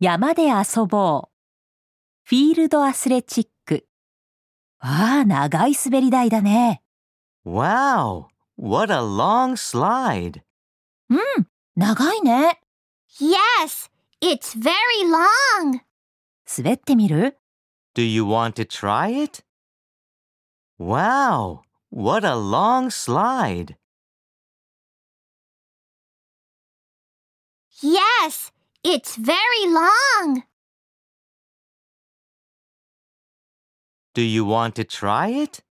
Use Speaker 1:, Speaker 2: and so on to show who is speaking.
Speaker 1: 山で遊ぼう。フィールドアスレチック。ああ、長い滑り台だね。
Speaker 2: Wow, what a long slide.
Speaker 1: うん、長いね。
Speaker 3: Yes, it's very long.
Speaker 1: 滑ってみる
Speaker 2: Do you want to try it? Wow, what a long slide.
Speaker 3: Yes, it's very long.
Speaker 2: Do you want to try it?